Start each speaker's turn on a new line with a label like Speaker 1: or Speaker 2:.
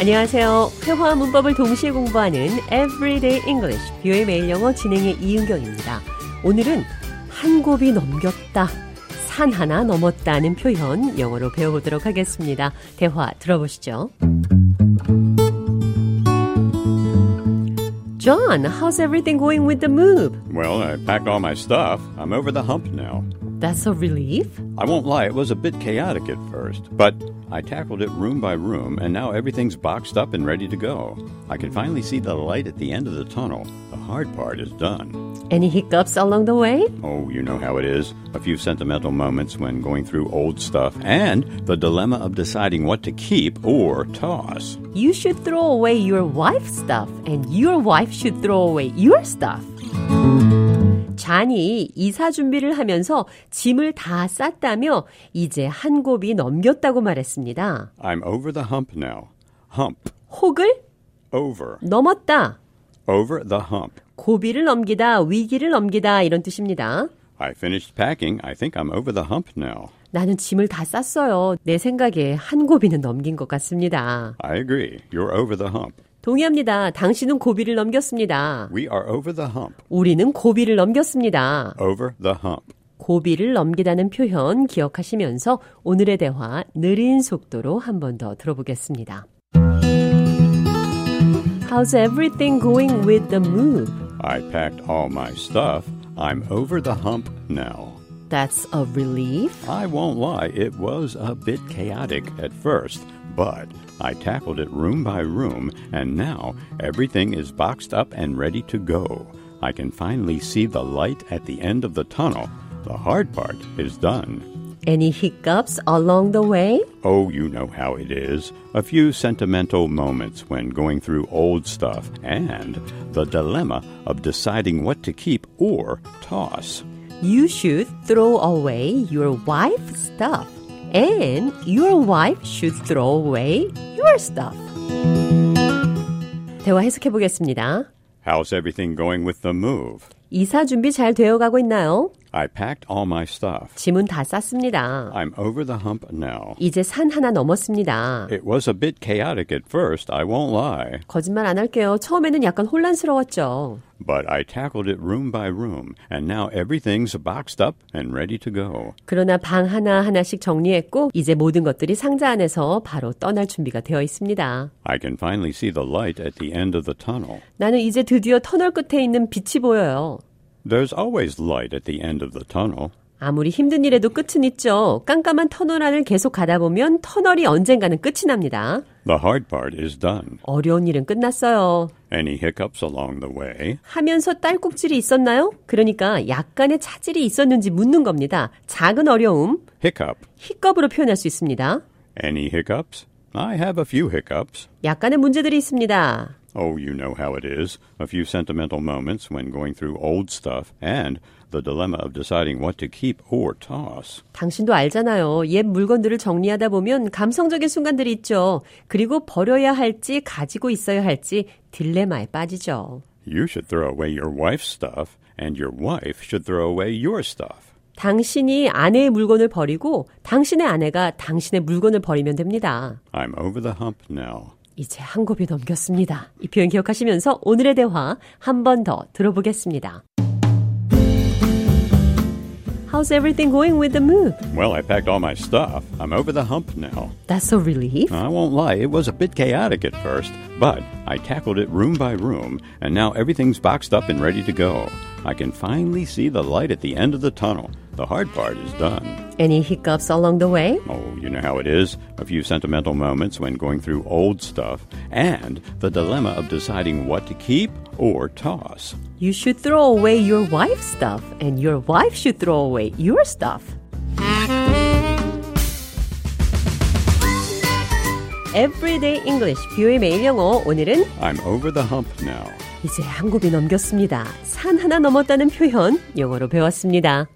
Speaker 1: 안녕하세요. 회화와 문법을 동시에 공부하는 Everyday English, 뷰의 매일 영어 진행의 이은경입니다. 오늘은 한 곱이 넘겼다, 산 하나 넘었다는 표현 영어로 배워보도록 하겠습니다. 대화 들어보시죠. John, how's everything going with the move?
Speaker 2: Well, I packed all my stuff. I'm over the hump now.
Speaker 1: That's a relief.
Speaker 2: I won't lie, it was a bit chaotic at first, but I tackled it room by room, and now everything's boxed up and ready to go. I can finally see the light at the end of the tunnel. The hard part is done.
Speaker 1: Any hiccups along the way?
Speaker 2: Oh, you know how it is. A few sentimental moments when going through old stuff, and the dilemma of deciding what to keep or toss.
Speaker 1: You should throw away your wife's stuff, and your wife should throw away your stuff. 잔이 이사 준비를 하면서 짐을 다 쌌다며 이제 한 곱이 넘겼다고 말했습니다.
Speaker 2: I'm over the hump now. Hump.
Speaker 1: 혹을
Speaker 2: Over.
Speaker 1: 넘었다.
Speaker 2: Over the hump.
Speaker 1: 고비를 넘기다, 위기를 넘기다 이런 뜻입니다.
Speaker 2: I finished packing. I think I'm over the hump now.
Speaker 1: 나는 짐을 다 쌌어요. 내 생각에 한 고비는 넘긴 것 같습니다.
Speaker 2: I agree. You're over the hump.
Speaker 1: 동의합니다. 당신은 고비를 넘겼습니다.
Speaker 2: We are over the hump.
Speaker 1: 우리는 고비를 넘겼습니다.
Speaker 2: Over the hump.
Speaker 1: 고비를 넘기다는 표현 기억하시면서 오늘의 대화 느린 속도로 한 번 더 들어보겠습니다. How's everything going with the move?
Speaker 2: I packed all my stuff. I'm over the hump now.
Speaker 1: That's a relief.
Speaker 2: I won't lie, it was a bit chaotic at first, but I tackled it room by room, and now everything is boxed up and ready to go. I can finally see the light at the end of the tunnel. The hard part is done.
Speaker 1: Any hiccups along the way?
Speaker 2: Oh, you know how it is. A few sentimental moments when going through old stuff, and the dilemma of deciding what to keep or toss.
Speaker 1: You should throw away your wife's stuff. And your wife should throw away your stuff. 대화 해석해 보겠습니다.
Speaker 2: How's everything going with the move?
Speaker 1: 이사 준비 잘 되어 가고 있나요?
Speaker 2: I packed all my stuff.
Speaker 1: 짐은 다 쌌습니다.
Speaker 2: I'm over the hump now.
Speaker 1: 이제 산 하나 넘었습니다.
Speaker 2: It was a bit chaotic at first, I won't lie,
Speaker 1: 거짓말 안 할게요. 처음에는 약간 혼란스러웠죠.
Speaker 2: but I tackled it room by room, and now everything's boxed up and ready to go.
Speaker 1: 그러나 방 하나 하나씩 정리했고 이제 모든 것들이 상자 안에서 바로 떠날 준비가 되어 있습니다.
Speaker 2: I can finally see the light at the end of the tunnel.
Speaker 1: 나는 이제 드디어 터널 끝에 있는 빛이 보여요.
Speaker 2: There's always light at the end of the tunnel.
Speaker 1: 아무리 힘든 일에도 끝은 있죠. 깜깜한 터널 안을 계속 가다 보면 터널이 언젠가는 끝이 납니다.
Speaker 2: The hard part is done.
Speaker 1: 어려운 일은 끝났어요.
Speaker 2: Any hiccups along the way?
Speaker 1: 하면서 딸꾹질이 있었나요? 그러니까 약간의 차질이 있었는지 묻는 겁니다. 작은 어려움,
Speaker 2: Hiccup.
Speaker 1: 히겁으로 표현할 수 있습니다.
Speaker 2: Any hiccups? I have a few hiccups.
Speaker 1: 약간의 문제들이 있습니다.
Speaker 2: Oh, you know how it is. A few sentimental moments when going through old stuff and the dilemma of deciding what to keep or toss.
Speaker 1: 당신도 알잖아요. 옛 물건들을 정리하다 보면 감성적인 순간들이 있죠. 그리고 버려야 할지 가지고 있어야 할지 딜레마에 빠지죠.
Speaker 2: You should throw away your wife's stuff, and your wife should throw away your stuff.
Speaker 1: 당신이 아내의 물건을 버리고 당신의 아내가 당신의 물건을 버리면 됩니다.
Speaker 2: I'm over the hump now.
Speaker 1: 이제 한 곱이 넘겼습니다. 이 표현 기억하시면서 오늘의 대화 한 번 더 들어보겠습니다. How's everything going with the move?
Speaker 2: Well, I packed all my stuff. I'm over the hump now.
Speaker 1: That's a relief.
Speaker 2: I won't lie, it was a bit chaotic at first, but I tackled it room by room, and now everything's boxed up and ready to go. I can finally see the light at the end of the tunnel. The hard part is done.
Speaker 1: Any hiccups along the way?
Speaker 2: Oh, you know how it is. A few sentimental moments when going through old stuff, and the dilemma of deciding what to keep or toss.
Speaker 1: You should throw away your wife's stuff, and your wife should throw away your stuff. Everyday English, 뷰의 매일 영어. 오늘은
Speaker 2: I'm over the hump now.
Speaker 1: 이제 한 곱이 넘겼습니다. 산 하나 넘었다는 표현 영어로 배웠습니다.